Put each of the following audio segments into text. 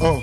Oh. Oh.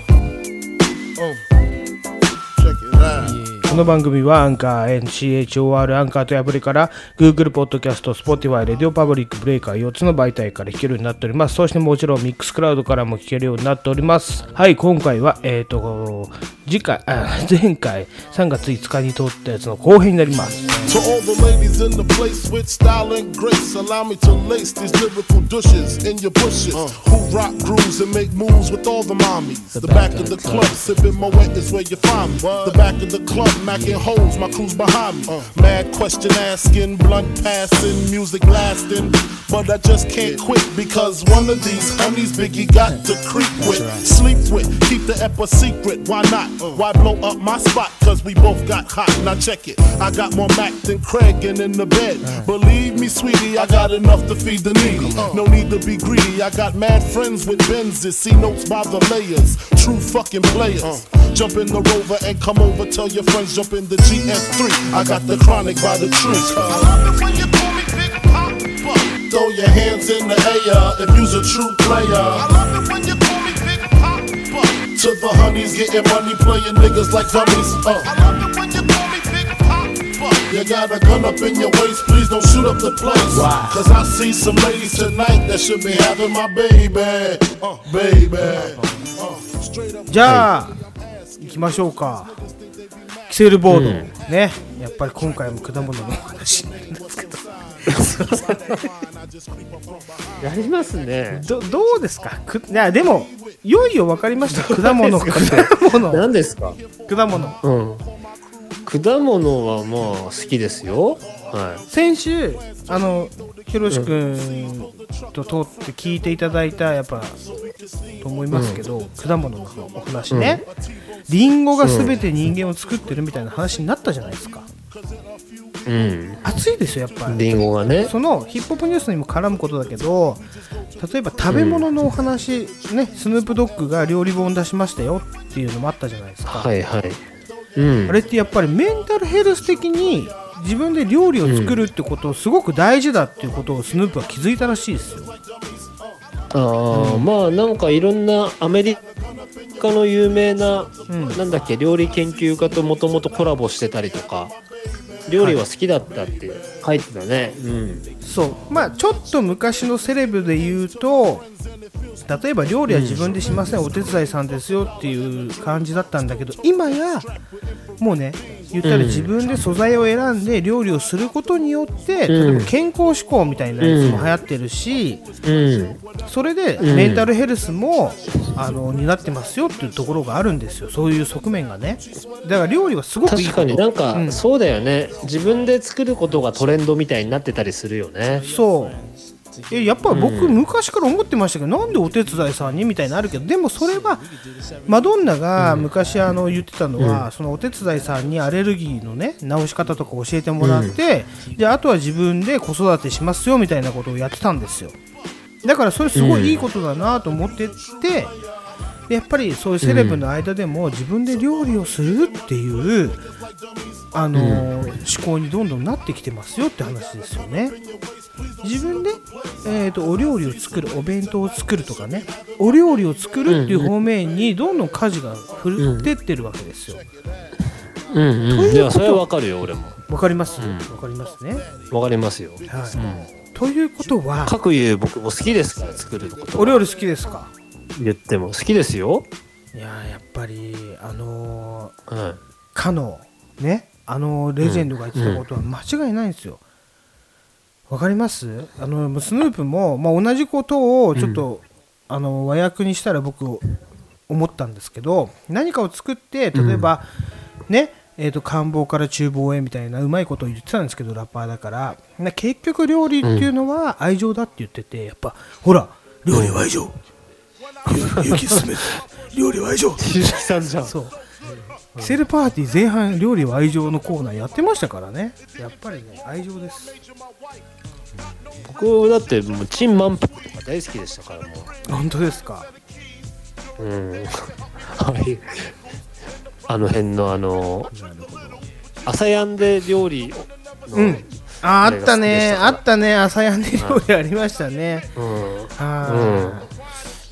Check it out. この番組はアンカー NCHOR アンカーというアプリから Google ポッドキャスト Spotify レディオパブリックブレイカー4つの媒体から弾けるようになっておりますそしてもちろん Mixcloud からも聞けるようになっておりますはい今回はえっ、ー、と次回あ前回3月5日に撮ったやつの後編になります To all the ladies in the place with style and grace, allow me to lace these lyrical douches in your bushes. Who rock grooves and make moves with all the mommies. The, back, of the club, sipping my wet is where you find me. The back of the club, macking holes, my crew's behind me. Mad question asking, blunt passing, music lasting. But I just can't quit because one of these homies Biggie got to creep with, sleep with, keep the ep a secret. Why not? Why blow up my spot? Cause we both got hot. Now check it. I got more Mac than Craig and in the bed. Believe me, sweetie, I got enough to feed the needy. No need to be greedy. I got mad friends with Benzes. See notes by the layers. True fucking players. Jump in the rover and come over. Tell your friends, jump in the GS3. I got the chronic by the tree. I love it when you call me Big Papa. Throw your hands in the air if you's a true player. love it when you call me Big Papa. To the honeys, getting money, playing niggas like dummies. Uh, I love it when you call me Big Papa. you got a gun up in your waist, please don't shoot up the place. Cause I see some ladies tonight that should be having my baby. Uh, baby. Uh, straight up. じゃあ、行きましょうか。キセルボード、ね。やっぱり今回も果物の話。やりますねどどうですかくいやでも、いよいよ分かりました。果物、果物、何ですか果物。うん果物はまあ好きですよは先週、あの、ひろし君と通って聞いていただいた、やっぱ、と思いますけど、果物のお話ね。り、んごが全て人間を作ってるみたいな話になったじゃないですか。いうん熱いですよ、やっぱり。りんごがねそのヒップホップニュースにも絡むことだけど例えば食べ物のお話、ね、スヌープドッグが料理本出しましたよっていうのもあったじゃないですか、はいはいうんあれってやっぱりメンタルヘルス的に自分で料理を作るってことをすごく大事だっていうことをスヌープは気づいたらしいですよ、ああまあなんかいろんなアメリカの有名な、なんだっけ料理研究家ともともとコラボしてたりとか料理は好きだったって書いてたね、うんそうまあちょっと昔のセレブで言うと例えば料理は自分でしません、お手伝いさんですよっていう感じだったんだけど今やもうね言ったら自分で素材を選んで料理をすることによって、うん例えば健康志向みたいなやつも流行ってるし、うんそれでんメンタルヘルスも、あの担ってますよっていうところがあるんですよそういう側面がねだから料理はすごくいい確こかにとなんかそうだよね、自分で作ることがトレンドみたいになってたりするよねそうえやっぱ僕昔から思ってましたけど、なんでお手伝いさんにみたいなのあるけどでもそれはマドンナが昔あの言ってたのは、そのお手伝いさんにアレルギーのね治し方とか教えてもらって、であとは自分で子育てしますよみたいなことをやってたんですよだからそれすごいいいことだなと思ってて、でやっぱりそういうセレブの間でも自分で料理をするっていう、あのー思考にどんどんなってきてますよって話ですよね自分で、えー、とお料理を作るお弁当を作るとかねお料理を作るっていう方面にどんどん舵が振ってってるわけですよわ、うんうんいやそれはわかるよ俺もかりますわ、かりますね、わかりますよはいということは各言う僕も好きですから作ることお料理好きですか言っても好きですよ、いやーやっぱりあのーはかのねあのレジェンドが言ってたことは間違いないんですよ。わかりますあのもうスヌープも、まあ、同じことをちょっと、あの和訳にしたら僕思ったんですけど何かを作って例えば、ねえー、と官房から厨房へみたいなうまいことを言ってたんですけどラッパーだからな結局料理っていうのは愛情だって言っててやっぱほら料理は愛情勇気進め料理は愛情い鈴木さんじゃんそう。キセルパーティー前半料理は愛情のコーナーやってましたからね。やっぱりね、愛情です。僕だってもうチンマンプとか大好きでしたからも本当ですか。ううんはいあの辺のあの朝やんで料理の、うん。あ、ああっれたが好きでね。したからあったね。朝やんで料理ありましたね。うんは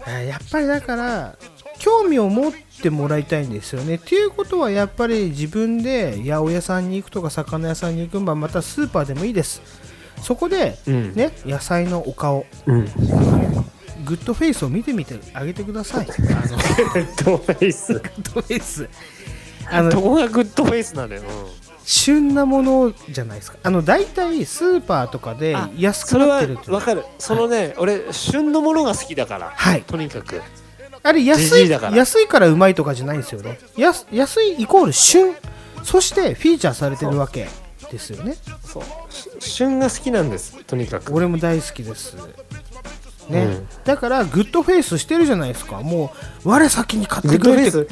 い。あやっぱりだから、興味を持ってもらいたいんですよね。っていうことはやっぱり自分で八百屋さんに行くとか魚屋さんに行くまあまたスーパーでもいいです。そこで、うんね野菜のお顔うん。グッドフェイスを見てみてあげてくだ さい。あのグッ ドフェイス。グッドフェイスあのどこがグッドフェイスなのよ。旬なものじゃないですかあの大体スーパーとかであ安そくれなっはてるっていうわかる。そのね、俺、旬のものが好きだから。はいとにかく。あれ安いじじいだから安いからうまいとかじゃないんですよね安安いイコール旬そしてフィーチャーされてるわけですよねそう。し旬が好きなんです。とにかく。俺も大好きですね、うんだからグッドフェイスしてるじゃないですかもう我先に買っグッてドくフれェイてス、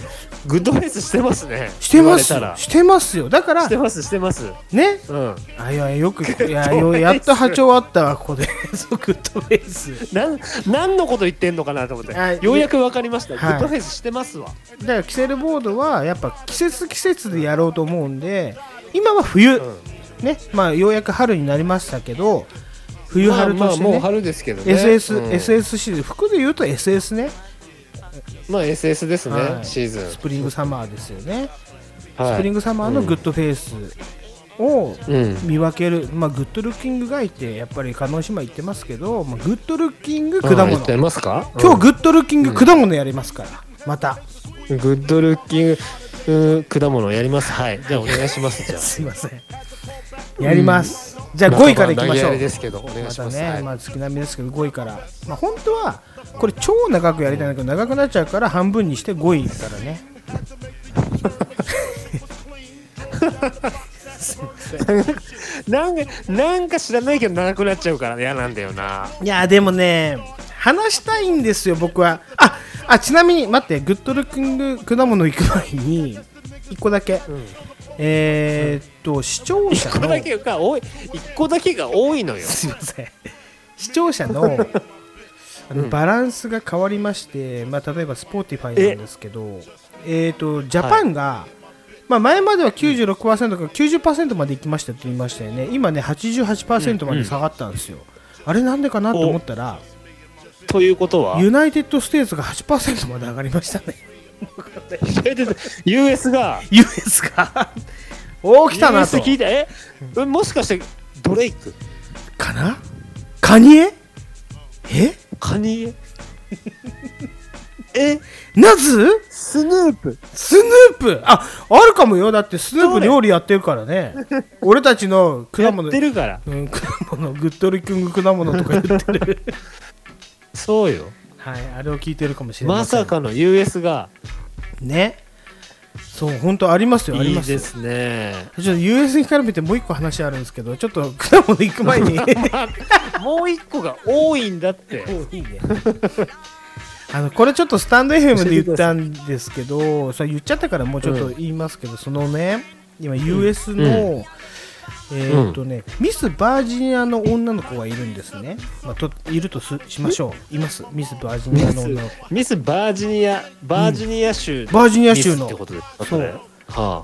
グッドフェイスしてますね。してます言われたらししてますよだからてます、してます。ねうん。あいやよくいやグッドよフェイスやっと波長あったわここで そうグッドフェイスなん何のこと言ってんのかなと思って、はいようやく分かりましはた、いグッドフェイスしてますわだからキセルボードはやっぱ季節季節でやろうと思うんで今は冬、ねまあようやく春になりましたけど冬春としてね、春ですけど SS、うん SS シーズン服で言うと SS ねまあ SS ですね、はいシーズンスプリングサマーですよね、はいスプリングサマーのグッドフェイスをうん見分ける、まあ、グッドルッキングがいてやっぱり叶姉妹言ってますけど、まあ、グッドルッキング果うん物、言ってますか今日グッドルッキング果物やりますから、またうんグッドルッキングうん果物やりますはいじゃあお願いしますじゃあすいませんやります、じゃあ5位からいきましょ中盤投げやうりですけどお願いましたます、はね、いまあ、月並みですけど5位から、まあ、本当はこれ超長くやりたいんだけど長くなっちゃうから半分にして5位からね なんかなんか知らないけど長くなっちゃうから嫌なんだよないやでもね話したいんですよ僕はああちなみに待ってグッドルッキング果物行く前に1個だけ、えーっと視聴者1個のだけが多い一個だけが多いのよすいません視聴者のあのバランスが変わりまして、まあ、例えば Spotify なんですけど、えー、とジャパンが、まあ、前までは96%から90%まで行きましたって言いましたよね今ね88%まで下がったんですよ、あれなんでかなと思ったらということはユナイテッド・ステーツが8%まで上がりましたね US が US がおお来たなと US 聞いたえ、うんもしかしてドレイクかなカニエえカニエえナズスヌープスヌープああるかもよだってスヌープ料理やってるから ね俺たちのや果っ物てるからうん、果物グッドリッキング果物とか言って るそうよはいあれを聞いてるかもしれないまさかの US がねそう本当ありますよありいいますよですねちょっと US に絡めてもう一個話あるんですけどちょっと果物行く前 にもう一個が多いんだっていいねあのこれちょっとスタンド FM で言ったんですけどそれ言っちゃったからもうちょっと言いますけど、そのね今 US の、えーっとね、ミス・バージニアの女の子がいるんですね、まあ、といるとすしましょういますミス・バージニアの女の子ミスバージニアバージニア州バージニア州のミスってことですかそうこれはあ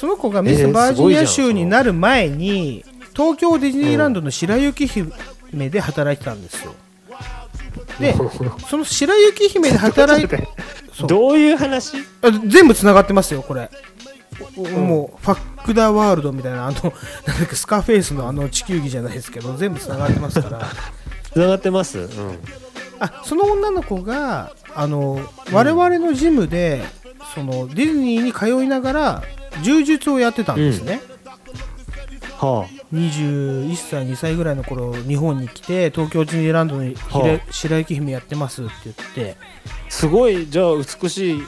その子がミス・バージニア州になる前に、東京ディズニーランドの白雪姫で働いてたんですよでその白雪姫で働いてそうどういう話あ全部つながってますよこれ、おもうファックダーワールドみたいなあのなんだっけスカーフェイスのあの地球儀じゃないですけど全部つながってますから つながってますうんあその女の子があの我々のジムで、そのディズニーに通いながら柔術をやってたんですね、は21歳2歳ぐらいの頃日本に来て東京ディズニーランドにひれは白雪姫やってますって言ってあすごいじゃあ美しい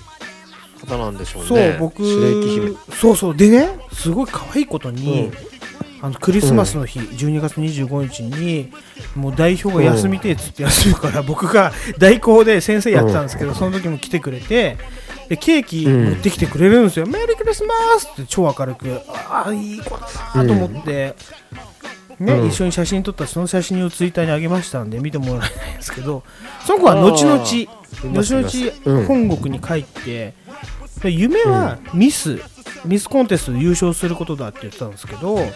方なんでしょうねそう僕白雪姫そうそうでねすごい可愛いことに、うんあのクリスマスの日、12月25日にもう代表が休みてえっつって休むから、僕が代行で先生やってたんですけど、その時も来てくれてでケーキうん持ってきてくれるんですよ、メリークリスマスって超明るくああいい子だなと思って、ねうん一緒に写真撮ったその写真をツイッターにあげましたんで見てもらえないんですけどその子は後々あーます後う々ん本国に帰って、で夢はミス、ミスコンテストで優勝することだって言ってたんですけど、うん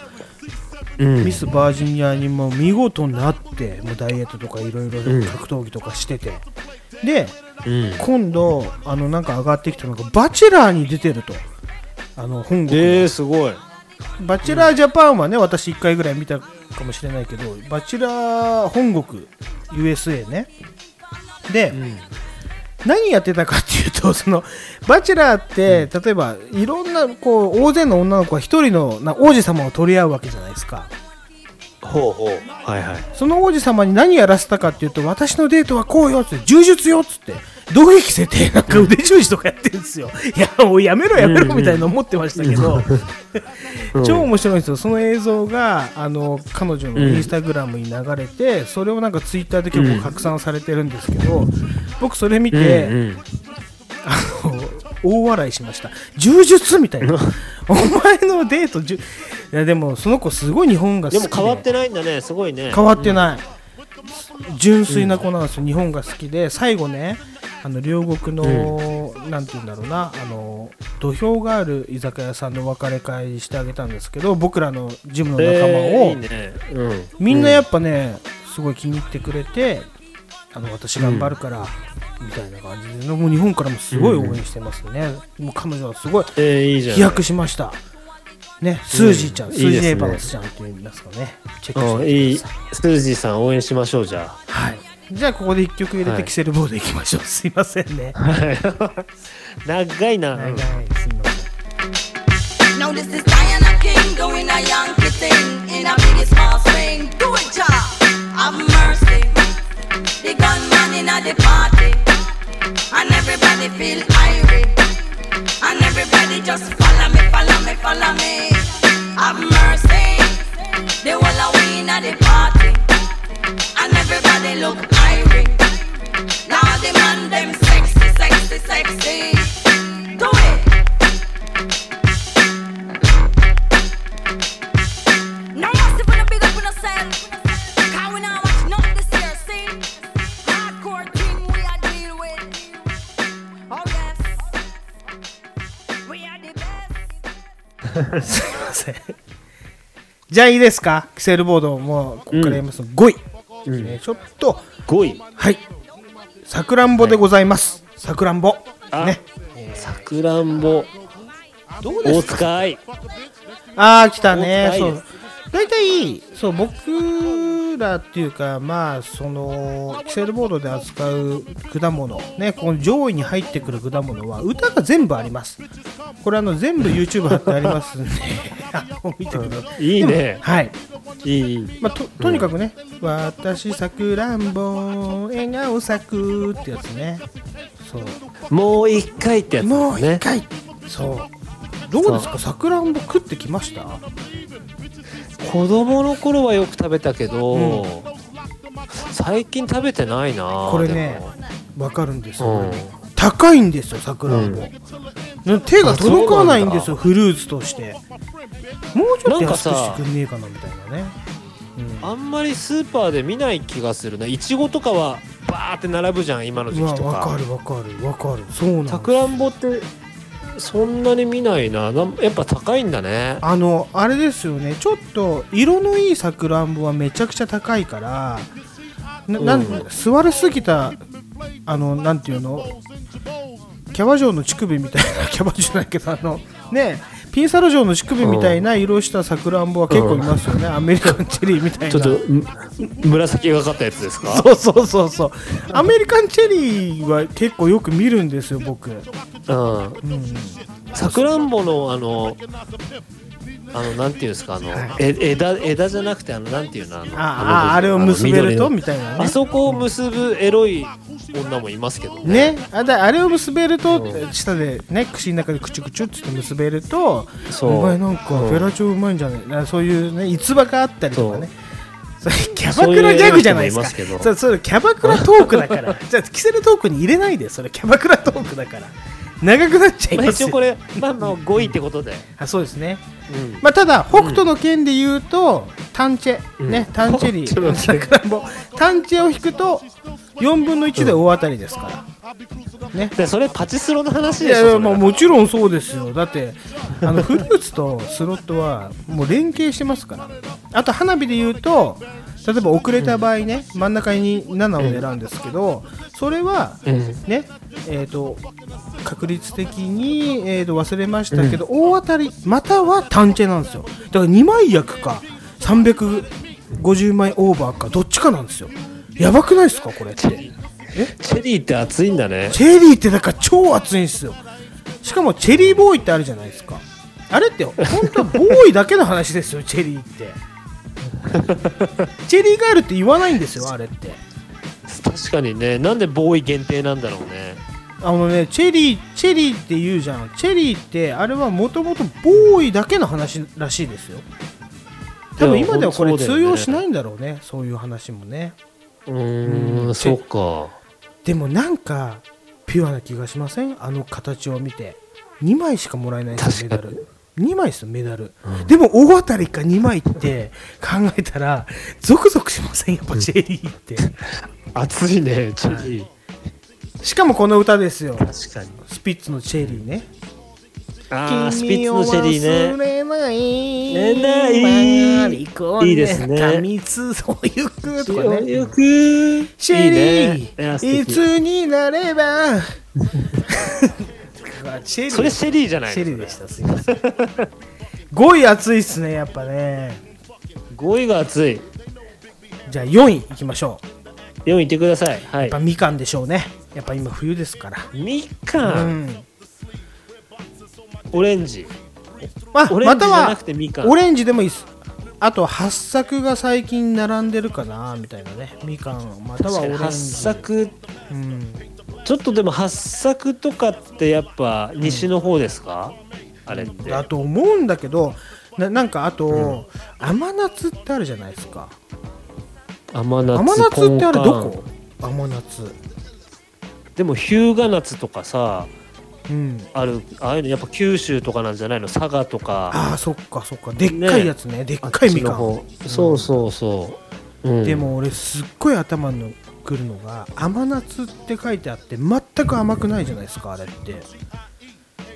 ミスバージニアにも見事になってもうダイエットとかいろいろん格闘技とかしてて、でうん。今度あのなんか上がってきたのが「バチェラー」に出てるとあの本国のえー、すごい。バチェラージャパンはね私1回ぐらい見たかもしれないけどバチェラー本国 USA ねで、ん何やってたかっていうと そのバチェラーって、例えばいろんなこう大勢の女の子が一人のな王子様を取り合うわけじゃないですかほうほう。はいはい。その王子様に何やらせたかっていうと私のデートはこうよっつって柔術よっつって道撃設定なんか腕十字とかやってるんです よいやもうやめろやめろみたいな思ってましたけど、 超面白いんですよその映像があの彼女のインスタグラムに流れて、それをなんかツイッターで結構拡散されてるんですけど、僕それ見うんて、うん。あの大笑いしました柔術みたい なお前のデートじゅいやでもその子すごい日本が好できも変わってないんだね。すごいね。変わってない、純粋な子なんですよ、日本が好きで最後ねあの両国の、なんて言うんだろうなあの土俵がある居酒屋さんのお別れ会してあげたんですけど僕らのジムの仲間を、えーいいね。うん。みんなやっぱね、すごい気に入ってくれてあの私頑張るから、みたいな感じでもう日本からもすごい応援してますね、もう彼女はすごいえー、いいじゃん。飛躍しましたね、スージーちゃん、うんスーいいジでーすねエヴァンスちゃんって言いますかね、チェックしてみてうくださん、いい。スージーさん応援しましょう、じゃはい。じゃあここで一曲入れはていキセルボードいきましょう。すいませんね。あ。長いな。長いすいません。 Now this is Diana King doing a Yankee thing in a big small swing. Do it, Jah. Have mercy. The gunman in the party, and everybody feel irate, and everybody just follow me, follow me, follow me. Have mercy. They wall a we in the party, and everybody look irate. Now the man them sexy, sexy, sexy. Do it. No mercy for the big up on ourselves. Cause we not watch nothing this year, see? Hardcore king we are deal with. Oh yes. We are the best. すいません。じゃあいいですかキセルボードもうここからやります、5位、ねちょっと、 5位。はい。さくらんぼでございます。さくらんぼ。あね。さくらんぼ。どう大塚愛。あー来たね大塚そ愛でう大体そう僕らっていうかまあそのキセルボードで扱う果物ねこの上位に入ってくる果物は歌が全部ありますこれあの全部 YouTube 貼ってありますんで あの見てくださいいいね。はい、いい。まあ、ととにかくね「私さくらんぼ笑顔咲く」ってやつねそうもう一回ってやつだもようね一。回、そうどうですかさくらんぼ食ってきました子供の頃はよく食べたけど、う最近食べてないな。これねわかるんですでも。よ、うん。高いんですよさくらんぼ、な手が届かないんですよフルーツとしてもうちょっと安くしてくんねえかなみたいなねあんまりスーパーで見ない気がするな。いちごとかはバーって並ぶじゃん今のう時わ期とわかか。るわかるわかるそうなんですさくらんぼってそんなに見ないな。なんやっぱ高いんだね。あのあれですよねちょっと色のいいさくらんぼはめちゃくちゃ高いからななん、うん座りすぎたあのなんていうのキャバ嬢の乳首みたいな キャバ嬢じゃないけどあのねピンサロ嬢の乳首みたいな色したさくらんぼは結構いますよね、アメリカンチェリーみたいなちょっとむ紫がかったやつですか。そうそうそうそうアメリカンチェリーは結構よく見るんですよ僕うん。さくらんぼのあのあのなんていうんですかあの、え枝枝じゃなくてあのなんていうのあのあああれを結べるとあの緑のみたいなねあそこを結ぶエロい女もいますけどねねあだあれを結べると舌でね口の中でクチュクチュっつって結べるとそうお前なんかフェラチョうまいんじゃねえなそういうね逸話があったりとかねそれキャバクラギャグじゃないですかそういう人もいますけどそれそれキャバクラトークだから じゃあキセルトークに入れないでそれキャバクラトークだから長くなっちゃいまあ、ます一よ応これまあまあ5位ってことで、あそうですねうんまあ、ただ北斗の剣で言うと、タンチェ、んねタンチェリ北ー斗のさ剣くらんぼタンチェを引くと4分の1で大当たりですから、でそれパチスロの話いでしょやいやそれまあもちろんそうですよだってあの フルーツとスロットはもう連携してますからあと花火で言うと例えば遅れた場合ね、真ん中に7を狙うんですけど、それは、ね、えっ、と、確率的に、えー、と忘れましたけど、大当たり、または単チェなんですよ。だから2枚役か、350枚オーバーか、どっちかなんですよ。やばくないですか、これって。チェリーって熱いんだねチェリーってなんか超熱いんですよしかもチェリーボーイってあるじゃないですかあれって本当はボーイだけの話ですよチェリーってチェリーガールって言わないんですよあれって確かにねなんでボーイ限定なんだろうねあのねチェリーチェリーって言うじゃんチェリーってあれはもともとボーイだけの話らしいですよ多分今ではこれ通用しないいんだろうねそういう話もねうーんそうかでもなんかピュアな気がしませんあの形を見て2枚しかもらえないんですよメダ確かにル2枚ですよメダル、でも大当たりか2枚って 考えたらゾクゾクしませんやっぱ J リーって、熱いねチェリーしかもこの歌ですよ確かにスピッツのチェリーねああスピッツのチェリーねねないれないマリコンいいですね過密そういう句とかねよくシェリーいいねいや素い敵つになれ ば チェリーそれシェリーじゃないシェリーでしたすいません5位熱いっすねやっぱね5位が熱いじゃあ4位いきましょう4位いってくださいはいやっぱみかんでしょうねやっぱ今冬ですからみうかんんオレンジあオレまンジたじゃなはくてみかんオレンジでもいいっすあと8作が最近並んでるかなみたいなねみかんまたはオレンジ8作うんちょっとでも八作とかってやっぱ西の方ですか、あれってだと思うんだけどななんかあと、甘夏ってあるじゃないですか甘夏甘夏ってあれポンカどンこ甘夏でも日向夏とかさうんあるああいうのやっぱ九州とかなんじゃないの佐賀とかああそっかそっかでっかいやつねでっかいみかんあっちの方そうそうそう、うんでも俺すっごい頭にくるのが甘夏って書いてあって全く甘くないじゃないですかあれって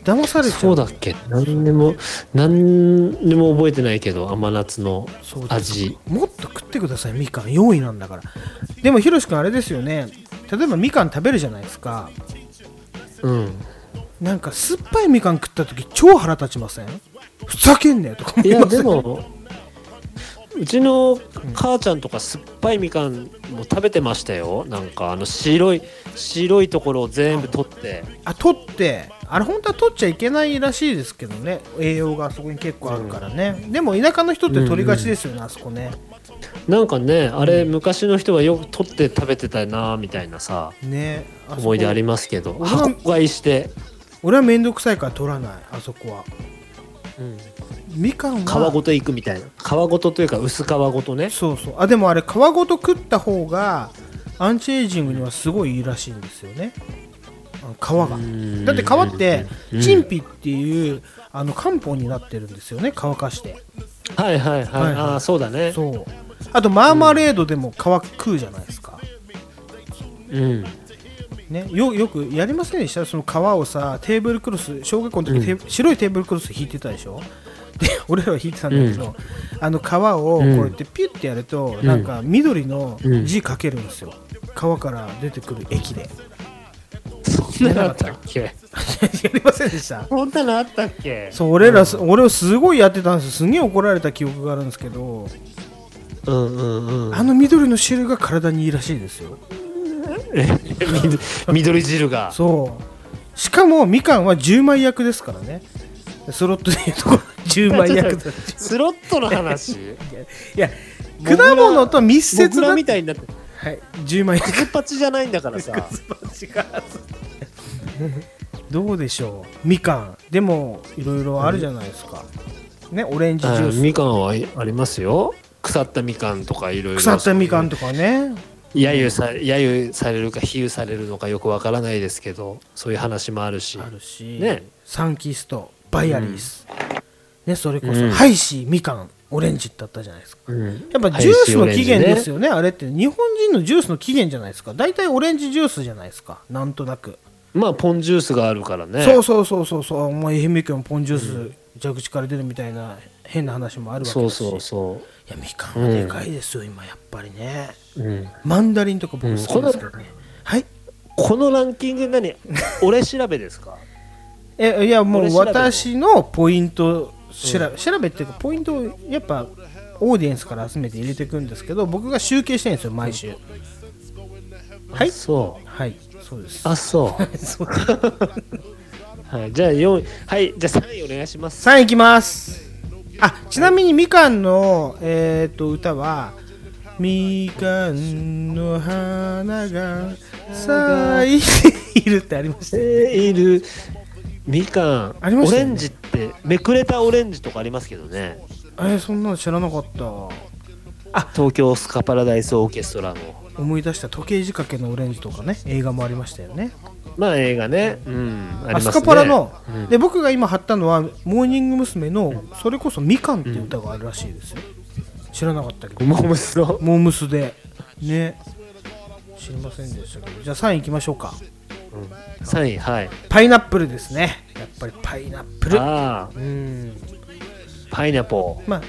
騙されちゃうそうだっけ何でも何でも覚えてないけど甘夏のそうです味もっと食ってくださいみかん4位なんだからでもひろしくんあれですよね例えばみかん食べるじゃないですかうんなんか酸っぱいみかん食った時超腹立ちませんふざけんねえとか思いいやませんでもうちの母ちゃんとか酸っぱいみかんも食べてましたよなんかあの白い白いところを全部取ってあ取ってあれ本当は取っちゃいけないらしいですけどね栄養があそこに結構あるからね、でも田舎の人って取りがちですよね、あそこねなんかねあれ昔の人はよく取って食べてたなみたいなさねあそこ思い出ありますけど俺は箱買いして俺は面倒くさいから取らないあそこは、んみかん皮はごといくみたいな皮ごとというか薄皮ごとねそうそうあでもあれ皮ごと食った方がアンチエイジングにはすごいいいらしいんですよねあの皮がんだって皮って陳皮っていうあの漢方になってるんですよね乾かしてはいはいはい、はいはいああそうだねそうあとマーマレードでも皮食うじゃないですか、うんね、よよくやりませんでしたその皮をさテーブルクロス小学校の時、テー白いテーブルクロス引いてたでしょ で俺らは引いてたんだけど、あの皮をこうやってピュッてやると、なんか緑の字かけるんですよ、皮から出てくる液で そんなのあったっけやりませんでしたそんなのあったっけそう俺らす、俺をすごいやってたんですよすげえ怒られた記憶があるんですけど、うんうん うんあの緑の汁が体にいいらしいですよ 緑汁がそうしかもみかんは10枚役ですからねスロットでいうところ10枚役だってスロットの話いや果物と密接僕ならみたいになってはい10枚 クズパチじゃないんだからさどうでしょうみかんでもいろいろあるじゃないですか、ねオレンジジュースみかんはありますよ腐ったみかんとかいろいろ腐ったみかんとかね揶揄さ揶揄されるか比喩されるのかよくわからないですけどそういう話もあるしあるし、ねサンキストバイアリース、ねそれこそ、うんハイシーみかんオレンジってあったじゃないですかうんやっぱジュースの起源ですよねあれって日本人のジュースの起源じゃないですか大体オレンジジュースじゃないですかなんとなくまあポンジュースがあるからねそうそうそうそうそうもう愛媛県ポンジュース蛇口から出るみたいな変な話もあるわけだしそうそうそいやみかんはでかいですよ、今やっぱりねう、うん、マンダリンとか僕好きですけどね、はいこのランキング何俺調べですかえいやもこれう調べろ私のポイント調べ,、調べっていうかポイントをやっぱオーディエンスから集めて入れていくんですけど僕が集計してるんですよ毎週はいそうはいそうですあそそうう、はい、じゃあ4はいじゃあ3位お願いします3位いきますあちなみにみかんの、えー、と歌は「みかんの花が咲いている」ってありましたよえーいるみかん、ありまオしたレよねンジってめくれたオレンジとかありますけどねえーそんなの知らなかった東京スカパラダイスオーケストラの思い出した時計仕掛けのオレンジとかね映画もありましたよねまあ映画ねうんありアますねスカパラの、うんで僕が今貼ったのはモーニング娘。のそれこそ「みかん」っていう歌があるらしいですよ、知らなかったけどモームスのモームスでね知りませんでしたけどじゃあ3位いきましょうか3位はいパイナップルですねやっぱりパイナップルああうんパイナポまあ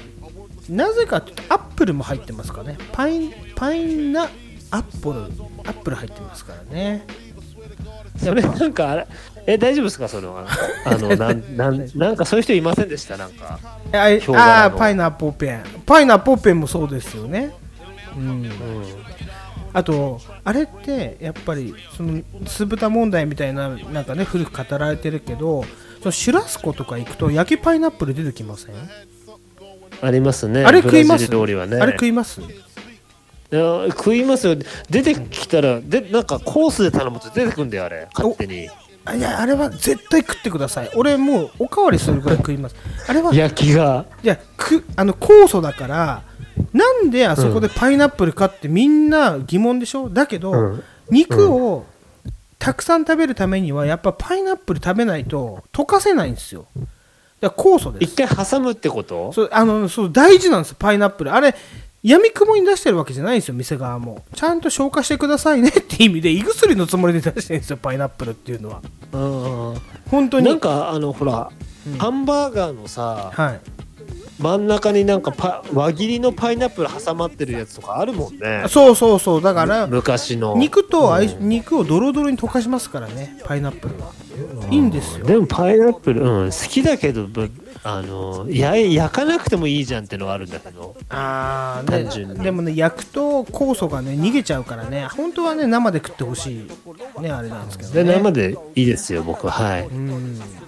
なぜかというとアップルも入ってますからねパインパイナアップルアップル入ってますからねーそれなんかあれえ大丈夫ですかそのああ のなんなんなんかそういう人いませんでしたなんかえあいヒョウ柄のあーパイナップルペンパイナップルペンもそうですよねうんあとあれってやっぱりその酢豚問題みたいななんかね古く語られてるけどそのシュラスコとか行くと焼きパイナップル出てきません、ありますねあれ食いますブラジル通りはねあれ食いますいや食いますよ出てきたらでなんかコースで頼むと出てくんだよあれ勝手にあいやあれは絶対食ってください俺もうおかわりするぐらい食いますあれはいや焼きがくあの酵素だからなんであそこでパイナップルかってみんな疑問でしょだけど、うん肉をたくさん食べるためにはやっぱパイナップル食べないと溶かせないんですよだから酵素です一回挟むってことそうあのそう大事なんですよパイナップルあれ闇雲に出してるわけじゃないんですよ店側もちゃんと消化してくださいねって意味で胃薬のつもりで出してるんですよパイナップルっていうのはうん本当になんかあのほら、ハンバーガーのさはい真ん中になんかパ輪切りのパイナップル挟まってるやつとかあるもんねそうそうそうだから昔の肉と相性肉をドロドロに溶かしますからねパイナップルはいいんですよでもパイナップル、うん、好きだけどぶあのや焼かなくてもいいじゃんってのはあるんだけどあーで単純にでもね焼くと酵素がね逃げちゃうからね本当はね生で食ってほしいねあれなんですけどねで生でいいですよ僕ははい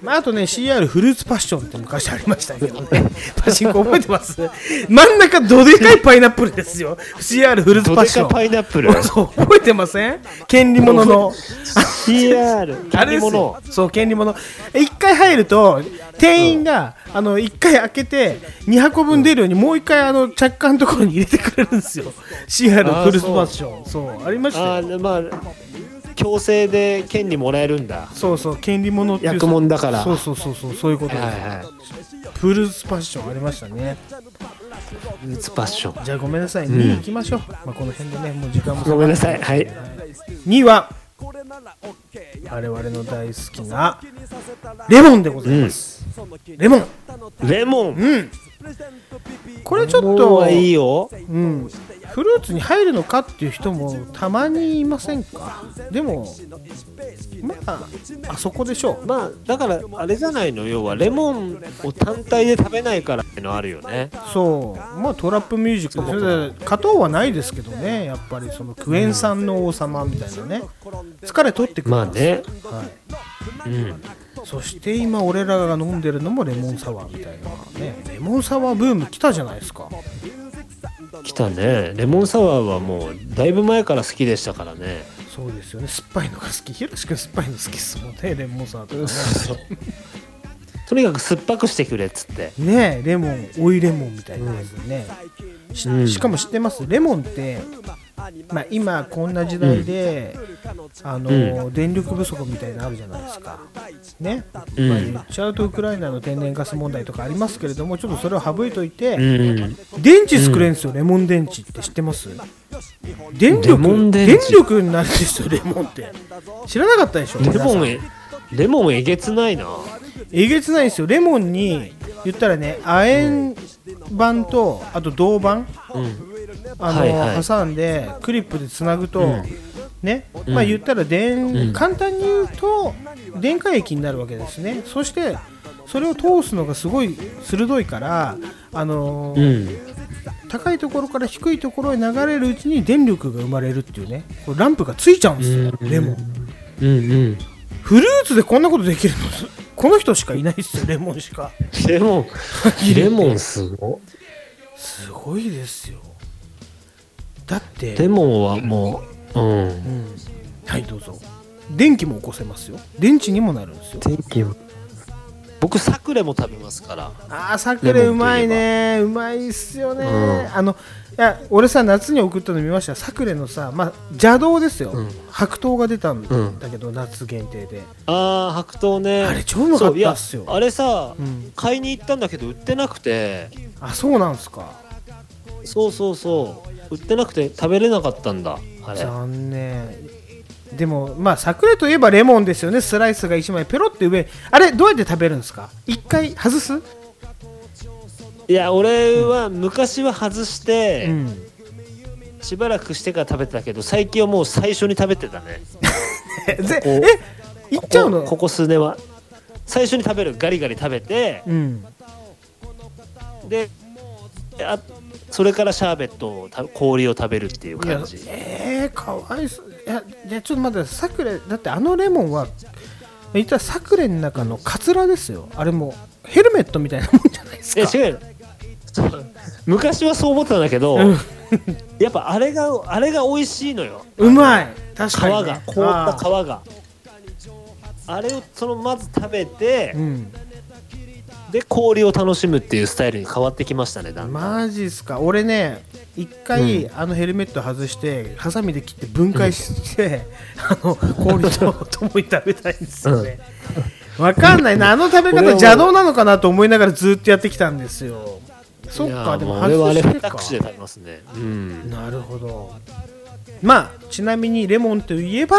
まあ、あとね CR フルーツパッションって昔ありましたけどね パチンコ覚えてます真ん中どでかいパイナップルですよ CR フルーツどパッでショかンパイナップル そう覚えてません権利者の CR ああれでれす物よそう権利者一回入ると店員が、あの一回開けて2箱分出るように、もう一回あの着火のところに入れてくれるんですよ CR あーフルーツパッションそうありましたよあーでまあ強制で権利もらえるんだそうそう権利者っていう役者だからそうそうそうそうそういうことはいです、はフルーツパッションありましたねいフルーツパッションじゃあごめんなさい、2位行きましょう、まあ、この辺でねもう時間もごめんなさいはい2位は我々の大好きなレモンでございます、レモンレモンうんこれちょっレモンとはいいようん、フルーツに入るのかっていう人もたまにいませんかでもまああそこでしょうまあだからあれじゃないの要はレモンを単体で食べないからってのあるよねそうまあトラップミュージックそれで勝とうはないですけどねやっぱりそのクエン酸の王様みたいなね疲れ取ってくるまあねはいうんそして今俺らが飲んでるのもレモンサワーみたいなねレモンサワーブーム来たじゃないですか来たねレモンサワーはもうだいぶ前から好きでしたからねそうですよね酸っぱいのが好きひろしくん酸っぱいの好きですもんねレモンサワーと とにかく酸っぱくしてくれっつってかねねレモン追いレモンみたいなやつね、しうんしかも知ってますレモンってまあ今こんな時代で、あの、電力不足みたいなのあるじゃないですかね、うんまあ言っちゃうとウクライナの天然ガス問題とかありますけれどもちょっとそれを省いといて、うん電池作れんすよ、レモン電池って知ってます電力レモン電池力になるんですよレモンって知らなかったでしょレ皆さモんンえレモンえげつないなえげつないですよレモンに言ったらね亜鉛板とあと銅板、あのはいはい挟んでクリップでつなぐと、ねまあ言ったら電、簡単に言うと電解液になるわけですねそしてそれを通すのがすごい鋭いからあのーうん高いところから低いところへ流れるうちに電力が生まれるっていうねこれランプがついちゃうんですよ、レモンうんうんフルーツでこんなことできるの この人しかいないですよレモンしかレモ ンレモンすごすごいですよだっいてレモンはもううんはいどうぞ電気も起こせますよ電池にもなるんですよ天気も僕サクレも食べますからあーサクレうまいねうまいっすよね、うんあのいや俺さ夏に送ったの見ましたサクレのさ、まあ、邪道ですよ、ん白桃が出たんうんだけど、夏限定でああ白桃ねあれ超うまかったっすよそういやあれさ、うん買いに行ったんだけど売ってなくてあそうなんすかそうそうそう売ってなくて食べれなかったんだあれ残念でもまあサクレといえばレモンですよねスライスが1枚ペロって上あれどうやって食べるんですか一回外す、いや俺は昔は外して、うんしばらくしてから食べてたけど最近はもう最初に食べてたねえぜこえいっちゃうのこここ数年は最初に食べるガリガリ食べてうんであそれからシャーベットをた氷を食べるっていういや感じえー、かわいそういやいやちょっと待ってサクレだってあのレモンは言ったらサクレの中のカツラですよあれもうヘルメットみたいなもんじゃないですいかや違うよそう昔はそう思ってたんだけど、うん やっぱあれがあれが美味しいのようまい確皮かに、がね、凍ったあ皮があれをそのまず食べて、ーうんで氷を楽しむっていうスタイルに変わってきましたねだんだんマジっすか俺ね一回、あのヘルメット外してハサミで切って分解して、あの氷と共に食べたいんですよね、わかんないなあの食べ俺方は邪道なのかなと思いながらずっとやってきたんですよそっいやかでもう俺は外あれし二てか口で食べますねうんなるほどまあちなみにレモンといえば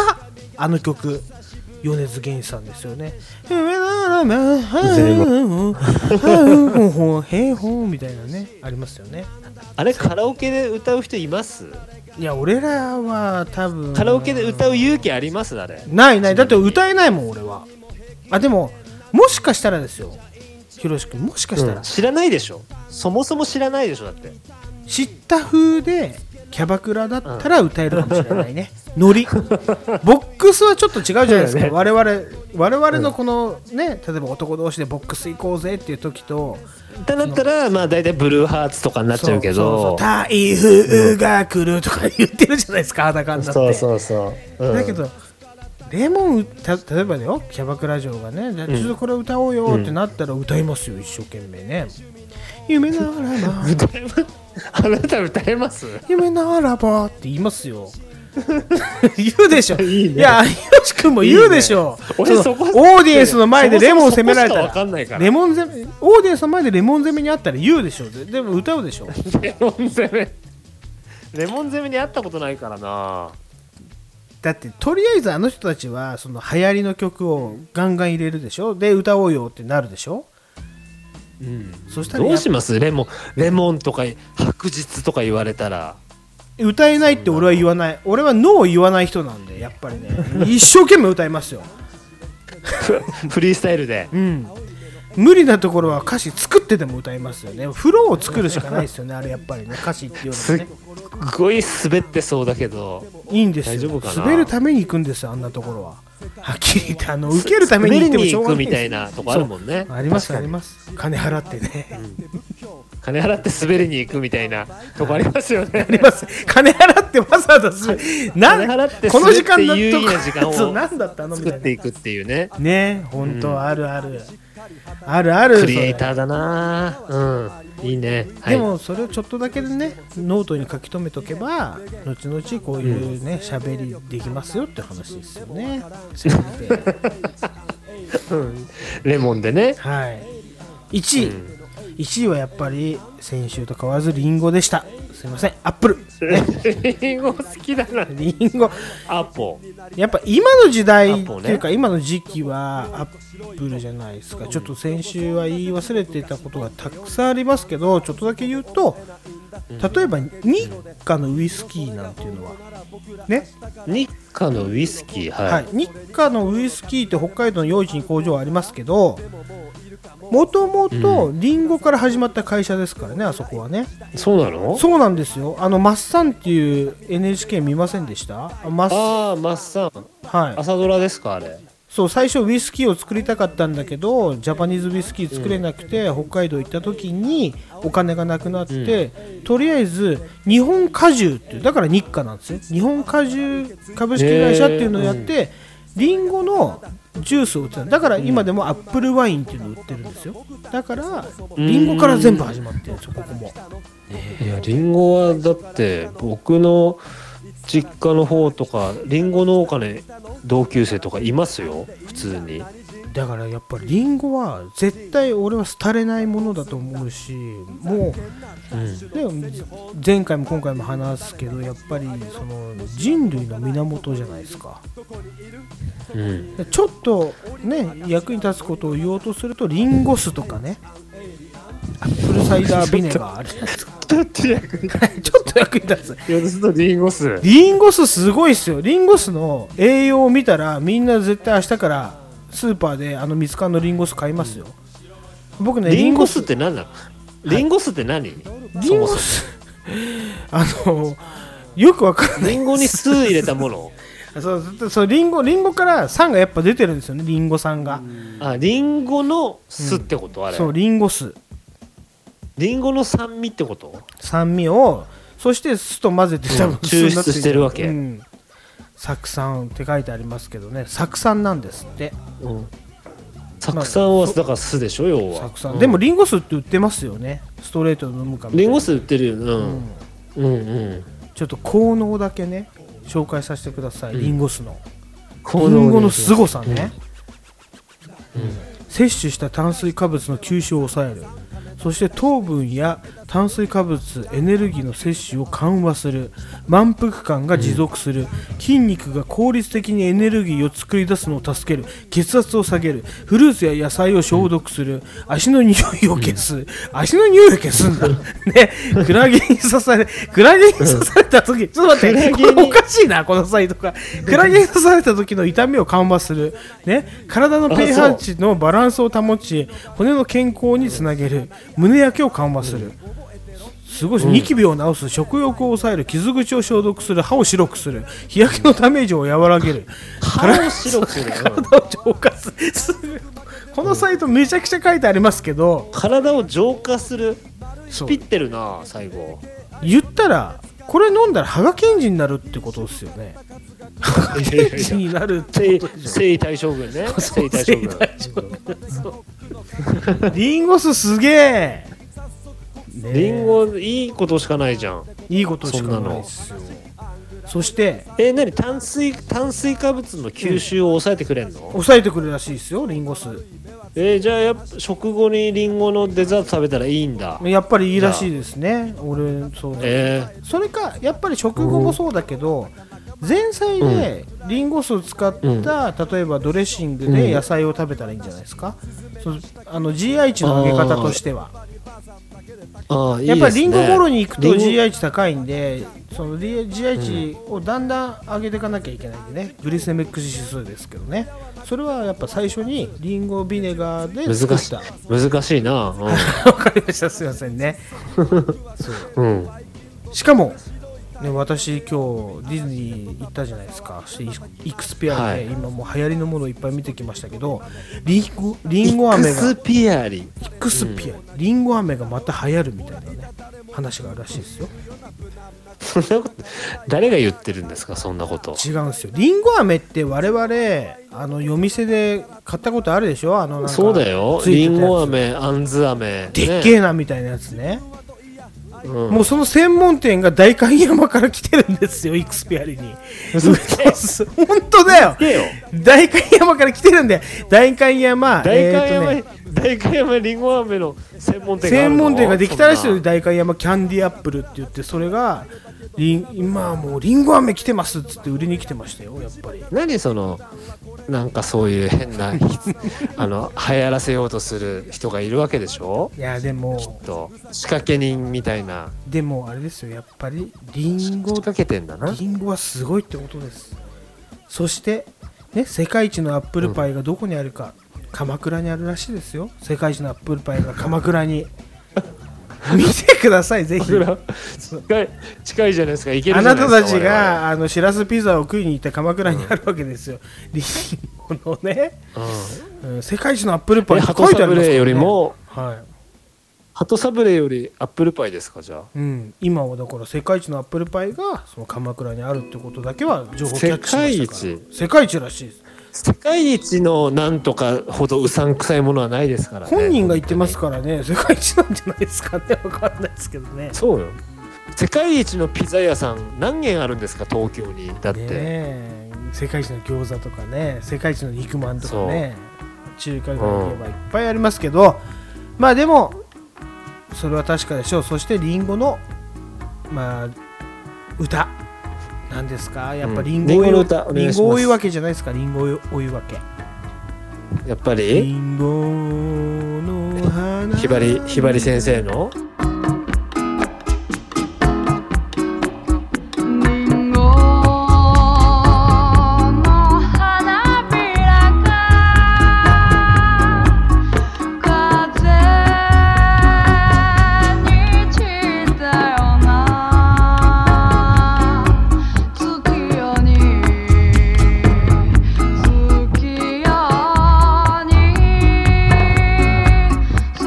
あの曲米津玄師さんですよね「夢ならば全平凡」みたいなねありますよねあれカラオケで歌う人いますいや俺らは多分カラオケで歌う勇気ありますあれないないだって歌えないもん俺はあでももしかしたらですよひろし君もしかしたら、知らないでしょそもそも知らないでしょだって知った風でキャバクラだったら歌えるかもしれないね、ノリボックスはちょっと違うじゃないですか、そう我々我々のこのね例えば男同士でボックス行こうぜっていう時とってなったらまあ大体ブルーハーツとかになっちゃうけそうそうそうど台風が来るとか言ってるじゃないですか裸になってそうそうそううんだけどレモンた例えばだよキャバクラ嬢がねじゃあちょっとこれ歌おうよってなったら歌いますよ一生懸命ね、夢ならば歌えまあなた歌えます夢ならばって言いますよ 言うでしょいいねやよし君も言うでしょいいね俺のそこオーディエンスの前でレモンを責められたそこしかわかんないからレモン攻めオーディエンスの前でレモン攻めにあったら言うでしょででも歌うでしょレモン攻めレモン攻めに会ったことないからなだってとりあえずあの人たちはその流行りの曲をガンガン入れるでしょで歌おうよってなるでしょそしたらどやうっしますレモンレモンとか白日とか言われたら歌えないって俺は言わない俺はノーを言わない人なんでやっぱりね一生懸命歌いますよ、 フリースタイルでうん、無理なところは歌詞作ってでも歌いますよねフローを作るしかないですよねあれやっぱりね歌詞っていうすのっはねごい滑ってそうだけどいいんです大丈よ夫かな滑るために行くんですよあんなところははっきり言ってあの受けるために行っ滑てもりにしょ行うがくないみですたいなとこあるもんねありますあります金払ってね、 金払って滑りに行くみたいなとこありますよねあります金払ってわざわざすなん金払ってこの時間するだとって有意義な時間をそうなんだったのみ作たっいてないくっていうねね本当あるある、あるあるクリエイターだなうんいいねはでいもそれをちょっとだけでねノートに書き留めとけば後々こういうね喋、りできますよって話ですよね。せめてレモンでねはい1位、1位はやっぱり先週と変わらずリンゴでしたすいませんアップルリンゴ好きだな。リンゴアポ。やっぱ今の時代っていうかア今の時期はアップルじゃないですかちょっと先週は言い忘れてたことがたくさんありますけどちょっとだけ言うと例えば日課のウイスキーなんていうのはね日課のウイスキー。は。はいい、日課のウイスキーって北海道の用地に工場はありますけどもともとリンゴから始まった会社ですからね、あそこはねそうなのそうなんですよあのマッサンっていう NHK 見ませんでしたあマッああ、マッサン。はい朝ドラですか、あれ。そう最初ウイスキーを作りたかったんだけどジャパニーズウイスキー作れなくて、北海道行った時にお金がなくなって、とりあえず日本果汁っていうだから日課なんですよ日本果汁株式会社っていうのをやって、リンゴのジュースを売ってただから今でもアップルワインっていうのを売ってるんですよだからリンゴから全部始まってるんですよここもいや、リンゴは、だって、僕の実家の方とか、リンゴ農家の同級生とかいますよ、普通に。だからやっぱりリンゴは絶対俺は廃れないものだと思うしもう、で前回も今回も話すけどやっぱりその人類の源じゃないですかうん。ちょっとね役に立つことを言おうとするとリンゴ酢とかねアップルサイダービネガーあるじゃないですかだって役 にちょっと役に立つ立つとリンゴ酢。リンゴ酢すごいっすよリンゴ酢の栄養を見たらみんな絶対明日からスーパーであのミツカンのリンゴ酢買いますよ、僕ねリンゴ酢って何なのリンゴ酢って何リンゴ酢 あのよくわからないリンゴに酢入れたものそうそうそうリンゴリンゴから酸がやっぱ出てるんですよねリンゴ酸があリンゴの酢ってこと、あれそうリンゴ酢リンゴの酸味ってこと酸味をそして酢と混ぜて多分うん酢になっ抽出してるわけうん酢酸って書いてありますけどね酢酸なんですって酢酸はだから酢でしょ要は酢酸、うんでもリンゴ酢って売ってますよねストレートで飲むかみたリいンなゴ酢売ってるようんうんうんちょっと効能だけね紹介させてください、リンゴ酢のこリンゴの凄さね、摂取した炭水化物の吸収を抑えるそして糖分や炭水化物エネルギーの摂取を緩和する満腹感が持続する、筋肉が効率的にエネルギーを作り出すのを助ける血圧を下げるフルーツや野菜を消毒する、足の匂いを消す、足の匂いを消す んだねクラゲに刺されクラゲに刺された時ちょっと待ってクラゲにこれおかしいなこのサイトがクラゲに刺された時の痛みを緩和する、ね、体のあそう pH 値のバランスを保ち骨の健康につなげる胸焼けを緩和する、すごいですニキビを治す食欲を抑える傷口を消毒する歯を白くする日焼けのダメージを和らげる腹を白くするうん体を浄化するこのサイトめちゃくちゃ書いてありますけど体を浄化するそスうピってるな最 後言ったらこれ飲んだら歯が健治になるってことですよね歯が健治になるって征ことですよね征夷大将軍ね 征夷大将軍リンゴ酢すげえ、ねえリンゴいいことしかないじゃんいいことしかないですよそしてえ何炭水炭水化物の吸収を抑えてくれんの、抑えてくれるらしいですよリンゴ酢えーじゃあやっぱ食後にリンゴのデザート食べたらいいんだやっぱりいいらしいですね俺そうだえそれかやっぱり食後もそうだけど前菜でリンゴ酢を使った、例えばドレッシングで野菜を食べたらいいんじゃないですか、そうあの GI 値の上げ方としてはー、ああいいでやすっねぱりリンゴ頃に行くとリンゴ GI 値高いんで、その GI 値をだんだん上げていかなきゃいけないんでね、グリセミック指数ですけどね、それはやっぱ最初にリンゴビネガーで作難っ。したい難しいな、 わかりました、すいませんね。うんうん、しかも、ね、私、今日ディズニー行ったじゃないですか、イイクスピアで、はい今もう流行りのものをいっぱい見てきましたけど、リンゴリンゴク飴が、スイピアリ クスピア、リンゴ飴がまた流行るみたいなね、話があるらしいですよ。そんなこと誰が言ってるんですかそんなこと違うんですよりんご飴って我々あの夜店で買ったことあるでしょあのなんかそうだよついてたリやつンゴ飴あんず飴でっけえなみたいなやつねうんもうその専門店が代官山から来てるんですよイクスピアリに嘘つけ本当だよけよ代官山から来てるんだよ代官山大官山、えーとね大官山りんご飴の専門店がある専の門店ができたらしいそんよな代官山キャンディアップルって言ってそれがリン今はもうリンゴ飴来てますっつって売りに来てましたよやっぱり何そのなんかそういう変な あの流行らせようとする人がいるわけでしょいやでもと仕掛け人みたいなでもあれですよやっぱりリ仕ンゴ掛けてんだなリンゴはすごいってことですそしてね世界一のアップルパイがどこにあるか、鎌倉にあるらしいですよ世界一のアップルパイが鎌倉 に見てくださいぜひ僕ら近い近いじゃないですか行けあるじゃないたですかたちがあのしらすピザを食いに行った鎌倉にあるわけです よ、リンゴのね、我々はうん世界一のアップルパうん、イえって鳩書いてあサりブますからレねーよりもは鳩サブレーよりアップルパイですかじゃあい、うん、今はだから世界一のアップルパイがその鎌倉にあるってことだけは情報キャッチしましたから世界世界一らしいです世界一のなんとかほどうさんくさいものはないですからね本人が言ってますからね世界一なんじゃないですかね分かんないですけどねそうよ世界一のピザ屋さん何軒あるんですか東京にだって、ねえ世界一の餃子とかね世界一の肉まんとかね中華街に行けばいっぱいありますけど、まあでもそれは確かでしょうそしてりんごのまあ歌なんですかやっぱりんごうんリンゴのお歌お願りいしまんすごお湯わけじゃないですかりんごお湯わけやっぱりりんごの花ひばりひばり先生の「の花びらが風に散ったような」「月夜に月夜にそっと」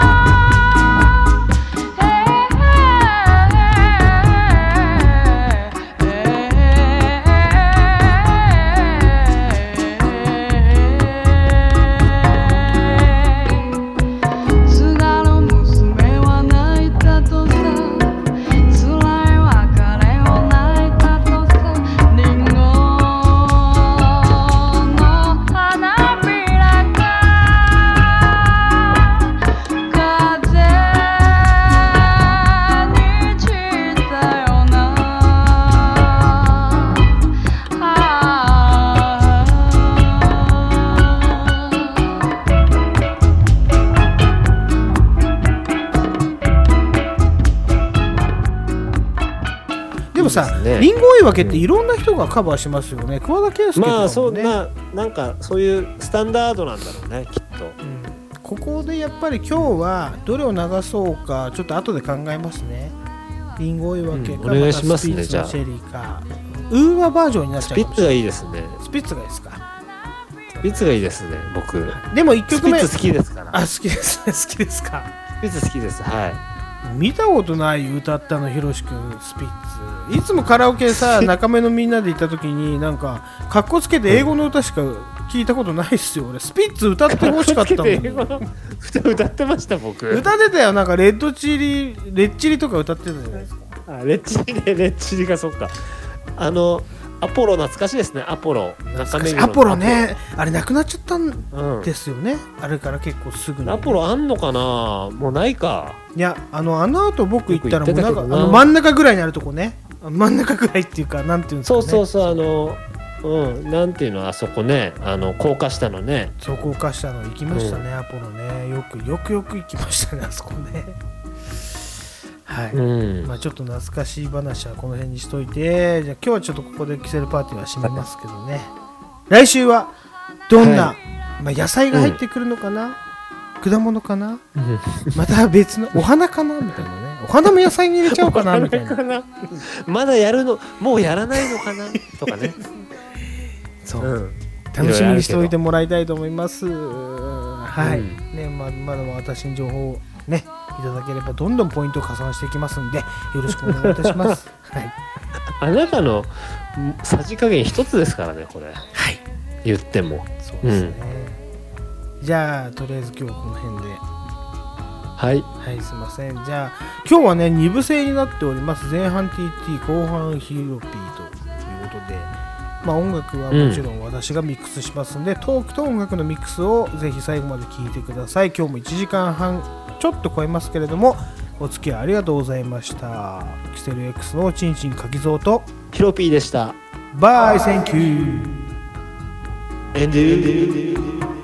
「えええ津田の娘は泣いたとさ」「つらい別れを泣いたとさ」「りんごの花びらが」「風に散ったような」「ああ」でもさいいですねりんごお湯わけっていろんな人がカバーしますよね桑田佳祐とかもねまあそうななんかそういうスタンダードなんだろうねきっとここでやっぱり今日はどれを流そうかちょっと後で考えますねリンゴ追い分けか、うんお願いしますねたスピじッツゃあのシェリーかウーバーバージョンになっちゃスうピかッもしれツながいいいですねスピッツがいいですかスピッツがいいですね僕でも1ス曲ピ目ッツ好きですからあ好きですね好きですかスピッツ好きですは見たことない歌ったのひろしくんスピッツいつもカラオケ さ仲間のみんなで行った時になんかかっこつけて英語の歌しか聞いたことないっすよ俺スピッツ歌ってほしかったもん、い英語の歌歌ってました僕歌ってたよなんかレッドチリレッチリとか歌ってたじゃないですかあレッチリねレッチリがそっかあのアポロ懐かしいですねアポロ中目黒のアポロねあれなくなっちゃったんうんですよね、あれから結構すぐにアポロあんのかなもうないかいやあのあの後僕行ったらもうなんかよく行ってたけどあなの真ん中ぐらいにあるとこねあ真ん中ぐらいっていうかなんていうんですかねそうそうそうあのうんなんていうのあそこねあの高架下のねそこ化したの行きましたね、アポロねよくよくよく行きましたねあそこねはい、うんまあちょっと懐かしい話はこの辺にしといてじゃあ今日はちょっとここでキセルパーティーは閉めますけどね来週はどんな、はまあ、野菜が入ってくるのかな、果物かなうんまた別のお花かなみたいなねお花も野菜に入れちゃおうかなみたいなかな まだやるのもうやらないのかなとかね、 そう、うん、楽しみにしておいてもらいたいと思いますはい、うんねままだまだ私に情報をねいただければどんどんポイントを加算していきますんでよろしくお願いいたし ますはい、あなたのんさじ加減一つですからねこれはい、言ってもそうですね、じゃあとりあえず今日はこの辺ではいはいすいませんじゃあ今日はね2部制になっております前半 TT 後半ヒーロピーということでまあ音楽はもちろん私がミックスしますんで、トークと音楽のミックスをぜひ最後まで聴いてください今日も1時間半ちょっと超えますけれどもお付き合いありがとうございましたキセル X のちんちんかきぞうとヒロピーでした。バイセンキュー And you.